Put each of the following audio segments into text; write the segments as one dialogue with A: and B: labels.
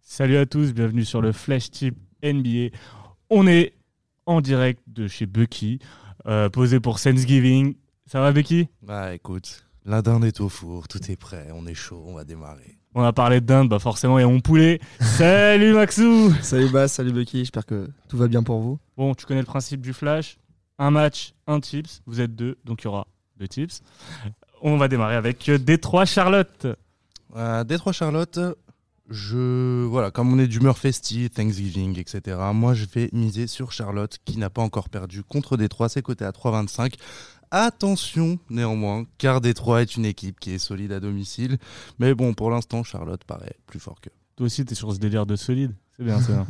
A: Salut à tous, bienvenue sur le Flash Tip NBA. On est en direct de chez Bucky, euh, posé pour Thanksgiving. Ça va Bucky
B: Bah écoute, la dinde est au four, tout est prêt, on est chaud, on va démarrer.
A: On a parlé de dinde, bah forcément, et on poulet. Salut Maxou
C: Salut Bass, salut Bucky, j'espère que tout va bien pour vous.
A: Bon, tu connais le principe du Flash. Un match, un tips. Vous êtes deux, donc il y aura deux tips. On va démarrer avec Détroit Charlotte.
B: Euh, Détroit Charlotte, je voilà, comme on est d'humeur festive, Thanksgiving, etc. Moi, je vais miser sur Charlotte qui n'a pas encore perdu contre Détroit, c'est coté à 3,25. Attention néanmoins, car Détroit est une équipe qui est solide à domicile. Mais bon, pour l'instant, Charlotte paraît plus fort que.
A: Toi aussi, t'es sur ce délire de solide. C'est bien, c'est bien.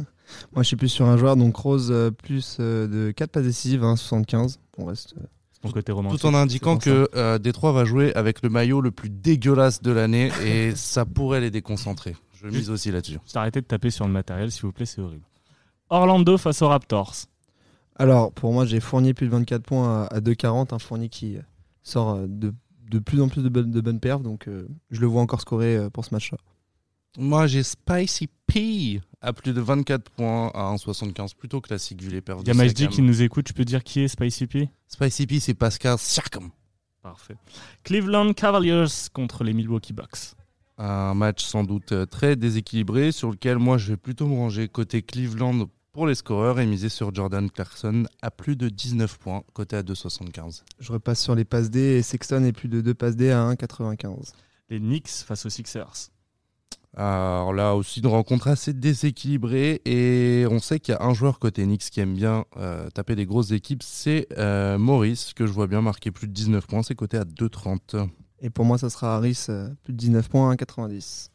C: Moi, je suis plus sur un joueur, donc Rose euh, plus euh, de 4 passes décisives, hein, 75. On reste. euh,
A: C'est ton côté romantique.
B: Tout en indiquant
C: c'est bon
B: que euh, Détroit va jouer avec le maillot le plus dégueulasse de l'année et ça pourrait les déconcentrer. Je mise aussi là-dessus.
A: Juste arrêtez de taper sur le matériel, s'il vous plaît, c'est horrible. Orlando face aux Raptors.
C: Alors, pour moi, j'ai Fournier plus de 24 points à, à 2,40. Un Fournier qui euh, sort euh, de, de plus en plus de, bonnes- de bonnes perfs, donc euh, je le vois encore scorer euh, pour ce match-là.
B: Moi, j'ai Spicy P à plus de 24 points à 1,75. Plutôt classique vu les perfs.
A: Il
B: de
A: y a Majdi
B: Siakam.
A: qui nous écoute, tu peux dire qui est Spicy P
B: Spicy P, c'est Pascal Siakam.
A: Parfait. Cleveland Cavaliers contre les Milwaukee Bucks.
B: Un match sans doute euh, très déséquilibré sur lequel moi, je vais plutôt me ranger côté Cleveland pour les scoreurs et miser sur Jordan Clarkson à plus de 19 points, côté à 2,75.
C: Je repasse sur les passes D et Sexton est plus de 2 passes D à 1,95.
A: Les Knicks face aux Sixers.
B: Alors là aussi, une rencontre assez déséquilibrée. Et on sait qu'il y a un joueur côté Knicks qui aime bien euh, taper des grosses équipes. C'est euh, Maurice, que je vois bien marquer plus de 19 points. C'est coté à 2,30.
C: Et pour moi, ça sera Harris, euh, plus de 19 points à 1,90.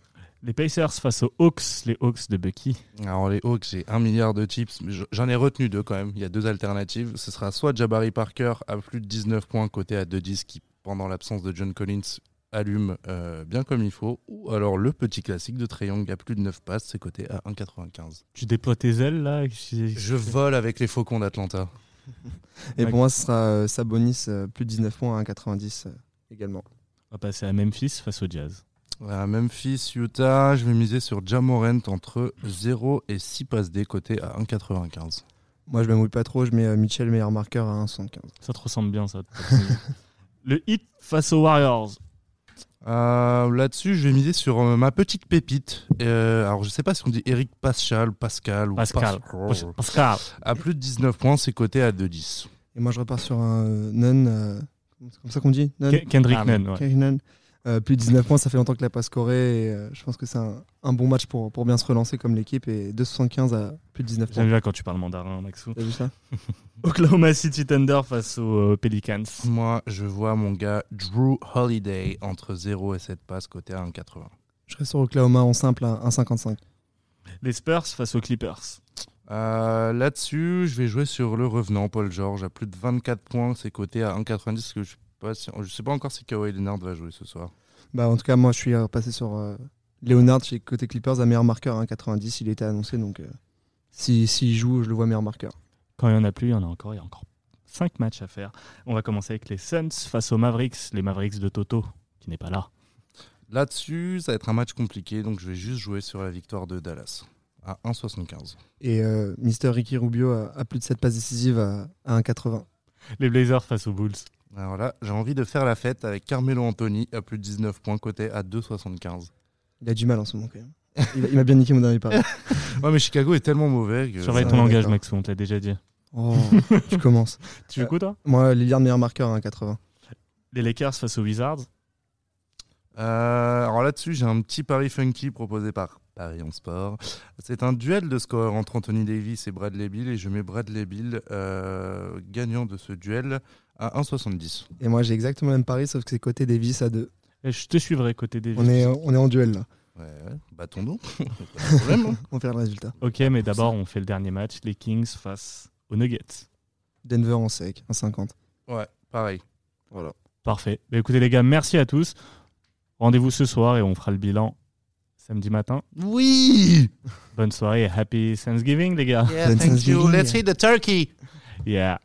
A: Les Pacers face aux Hawks, les Hawks de Bucky.
B: Alors les Hawks, j'ai un milliard de tips. mais je- J'en ai retenu deux quand même. Il y a deux alternatives. Ce sera soit Jabari Parker à plus de 19 points, coté à 2,10, qui, pendant l'absence de John Collins, allume euh, bien comme il faut. Ou alors le petit classique de Trae Young à plus de 9 passes, c'est coté à 1,95.
A: Tu déploies tes ailes là
B: Je vole avec les Faucons d'Atlanta.
C: Et
A: Ouais.
C: pour moi, ce sera euh, Sabonis, euh, plus de 19 points à 1,90 euh, également.
A: On va passer à Memphis face aux Jazz.
B: Voilà, Memphis, Utah, je vais miser sur Jamorent entre 0 et 6 passes des côtés à 1,95.
C: Moi, je ne mouille pas trop, je mets euh, Mitchell, meilleur marqueur, à 1,75.
A: Ça te ressemble bien ça. le Heat face aux Warriors.
B: Euh, Là-dessus, je vais miser sur euh, ma petite pépite. Euh, alors, je sais pas si on dit Eric Pascal, Pascal ou
A: Pascal.
B: Pascal.
A: Pascal.
B: À plus de 19 points, c'est coté à 2,10.
C: Et moi, je repars sur un euh, Nunn. euh, c'est comme ça qu'on dit Nunn
A: Ke- Kendrick
B: Ah,
A: Nunn. ouais.
C: Kevin Nunn. Euh, plus de 19 points, ça fait longtemps qu'il n'a pas scoré. Et, euh, je pense que c'est un, un bon match pour, pour bien se relancer comme l'équipe. Et 2,75 à plus de 19
A: J'aime
C: points.
A: bien quand tu parles mandarin, Maxou.
C: T'as vu ça
A: Oklahoma City Thunder face aux euh, Pelicans.
B: Moi, je vois mon gars Drew Holiday entre 0 et 7 passes, coté à 1,80.
C: Je serai sur Oklahoma en simple à 1,55.
A: Les Spurs face aux Clippers.
B: Euh, Là-dessus, je vais jouer sur le revenant Paul George à plus de 24 points, c'est coté à 1,90 parce que je sais pas si- je sais pas encore si Kawhi Leonard va jouer ce soir.
C: Bah, en tout cas, moi, je suis euh, passé sur euh, Leonard chez côté Clippers à meilleur marqueur à 1,90. Il était annoncé. Donc, euh, si- s'il joue, je le vois meilleur marqueur.
A: Quand il n'y en a plus, il y en a encore. Il y a encore 5 matchs à faire. On va commencer avec les Suns face aux Mavericks. Les Mavericks de Toto, qui n'est pas là.
B: Là-dessus, ça va être un match compliqué, donc je vais juste jouer sur la victoire de Dallas à 1,75.
C: Et euh, Mister Ricky Rubio a, a plus de 7 passes décisives à, à 1,80.
A: Les Blazers face aux Bulls.
B: Alors là, j'ai envie de faire la fête avec Carmelo Anthony à plus de 19 points, côté à 2,75.
C: Il a du mal en ce moment, quand même. Il m'a- Il m'a bien niqué mon dernier pari.
B: Ouais, mais Chicago est tellement mauvais que.
A: Surveille
C: ça,
A: ton
C: ouais,
A: langage,
C: Ah, d'accord.
A: Maxou, on te l'a déjà dit.
C: Oh, tu commences.
A: Tu
C: Euh,
A: veux quoi, toi
C: Moi, Lillard, meilleur marqueur à 1,80.
A: Les Lakers face aux Wizards.
B: Euh, alors là-dessus, j'ai un petit pari funky proposé par Paris en sport. C'est un duel de score entre Anthony Davis et Bradley Bill, et je mets Bradley Bill euh, gagnant de ce duel à 1,70.
C: Et moi, j'ai exactement le même pari, sauf que c'est côté Davis à 2.
A: Et Je te suivrai côté des.
C: On est, on est en duel, là.
B: Ouais, ouais, battons donc. Pas de problème, hein.
C: On verra le résultat.
A: Ok, mais d'abord, on fait le dernier match. Les Kings face aux Nuggets.
C: Denver en sec, 1,50.
B: Ouais, pareil.
A: Parfait. Bah, écoutez, les gars, merci à tous. Rendez-vous ce soir et on fera le bilan samedi matin.
B: Oui!
A: Bonne soirée et happy Thanksgiving, les gars.
B: Yeah,
C: Bonne
B: thank you.
C: Thanksgiving.
B: Let's eat the turkey.
A: Yeah.